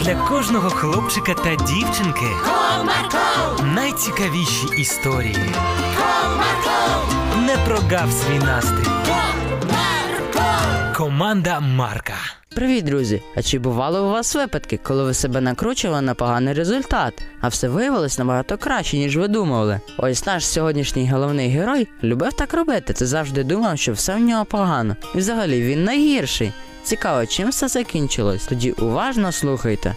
для кожного хлопчика та дівчинки Comarco, найцікавіші історії. Comarco, Не прогав свій настрій. Comarco. Команда Марка. Привіт, друзі! А чи бували у вас випадки, коли ви себе накручували на поганий результат, а все виявилось набагато краще, ніж ви думали? Ось наш сьогоднішній головний герой любив так робити. Ти завжди думав, що все в нього погано. І взагалі він найгірший. Цікаво, чим все закінчилось. Тоді уважно слухайте.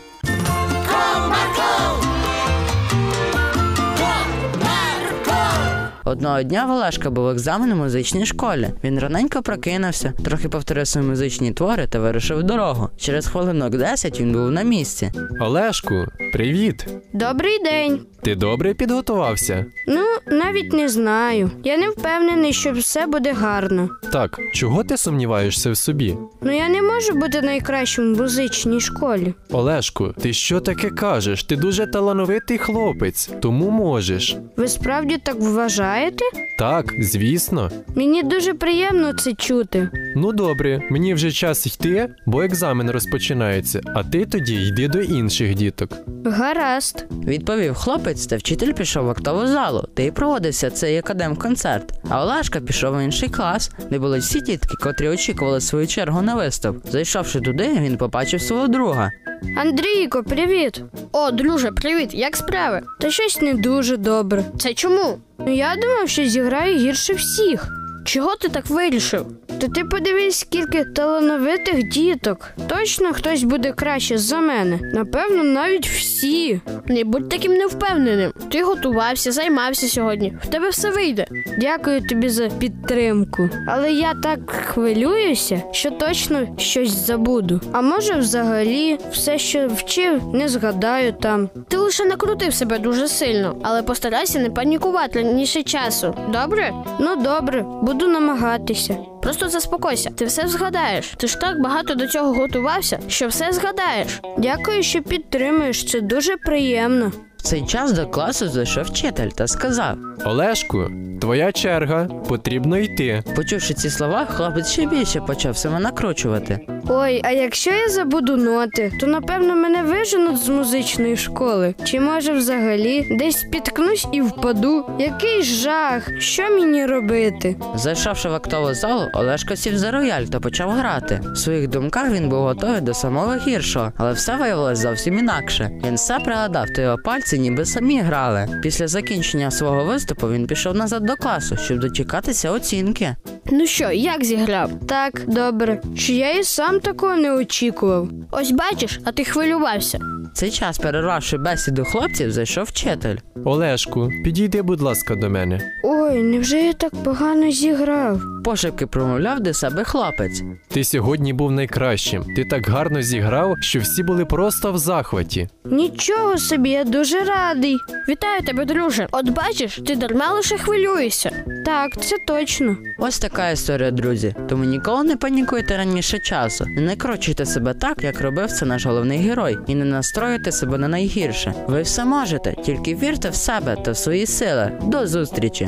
Одного дня Валашка був екзамен у музичній школі. Він раненько прокинувся, трохи повторив свої музичні твори та вирішив в дорогу. Через хвилинок 10 він був на місці. Олешку, привіт! Добрий день. Ти добре підготувався? Ну, навіть не знаю. Я не впевнений, що все буде гарно. Так, чого ти сумніваєшся в собі? Ну я не можу бути найкращим в музичній школі. Олешку, ти що таке кажеш? Ти дуже талановитий хлопець, тому можеш. Ви справді так вважаєте? Так, звісно. Мені дуже приємно це чути. Ну добре, мені вже час йти, бо екзамен розпочинається, а ти тоді йди до інших діток. Гаразд. Відповів хлопець, та вчитель пішов в актову залу, де і проводився цей академ-концерт. А Олешка пішов в інший клас, де були всі дітки, котрі очікували свою чергу на виступ. Зайшовши туди, він побачив свого друга. Андрійко, привіт. О, друже, привіт, як справи? Та щось не дуже добре. Це чому? Ну я думав, що зіграю гірше всіх. Чого ти так вирішив? Та ти подивись, скільки талановитих діток. Точно хтось буде краще за мене. Напевно, навіть всі. Не будь таким невпевненим. Ти готувався, займався сьогодні. В тебе все вийде. Дякую тобі за підтримку. Але я так хвилююся, що точно щось забуду. А може, взагалі, все, що вчив, не згадаю там. Ти лише накрутив себе дуже сильно, але постарайся не панікувати раніше часу. Добре? Ну добре, буду намагатися. Просто заспокойся, ти все згадаєш. Ти ж так багато до цього готувався, що все згадаєш. Дякую, що підтримуєш. Це дуже приємно. В цей час до класу зайшов вчитель та сказав: Олешку, твоя черга, потрібно йти. почувши ці слова, хлопець ще більше почав себе накручувати. Ой, а якщо я забуду ноти, то напевно мене виженуть з музичної школи. Чи може взагалі десь спіткнусь і впаду? Який жах! Що мені робити? Зайшовши в актову залу, Олешко сів за рояль та почав грати. В своїх думках він був готовий до самого гіршого, але все виявилось зовсім інакше. Він все пригадав, то його пальці ніби самі грали. Після закінчення свого виступу він пішов назад до класу, щоб дочекатися оцінки. Ну що, як зіграв? Так, добре, що я і сам такого не очікував. Ось бачиш, а ти хвилювався. В цей час, перервавши бесіду хлопців, зайшов вчитель. Олешку, підійди, будь ласка, до мене. Ой, невже я так погано зіграв? Пошепки промовляв до себе хлопець. Ти сьогодні був найкращим. Ти так гарно зіграв, що всі були просто в захваті. Нічого собі, я дуже радий. Вітаю тебе, друже. От бачиш, ти дарма лише хвилюєшся. Так, це точно. Ось така історія, друзі. Тому ніколи не панікуйте раніше часу. Не накручуйте себе так, як робив це наш головний герой, і не настроюйте себе на найгірше. Ви все можете, тільки вірте в себе та в свої сили. До зустрічі!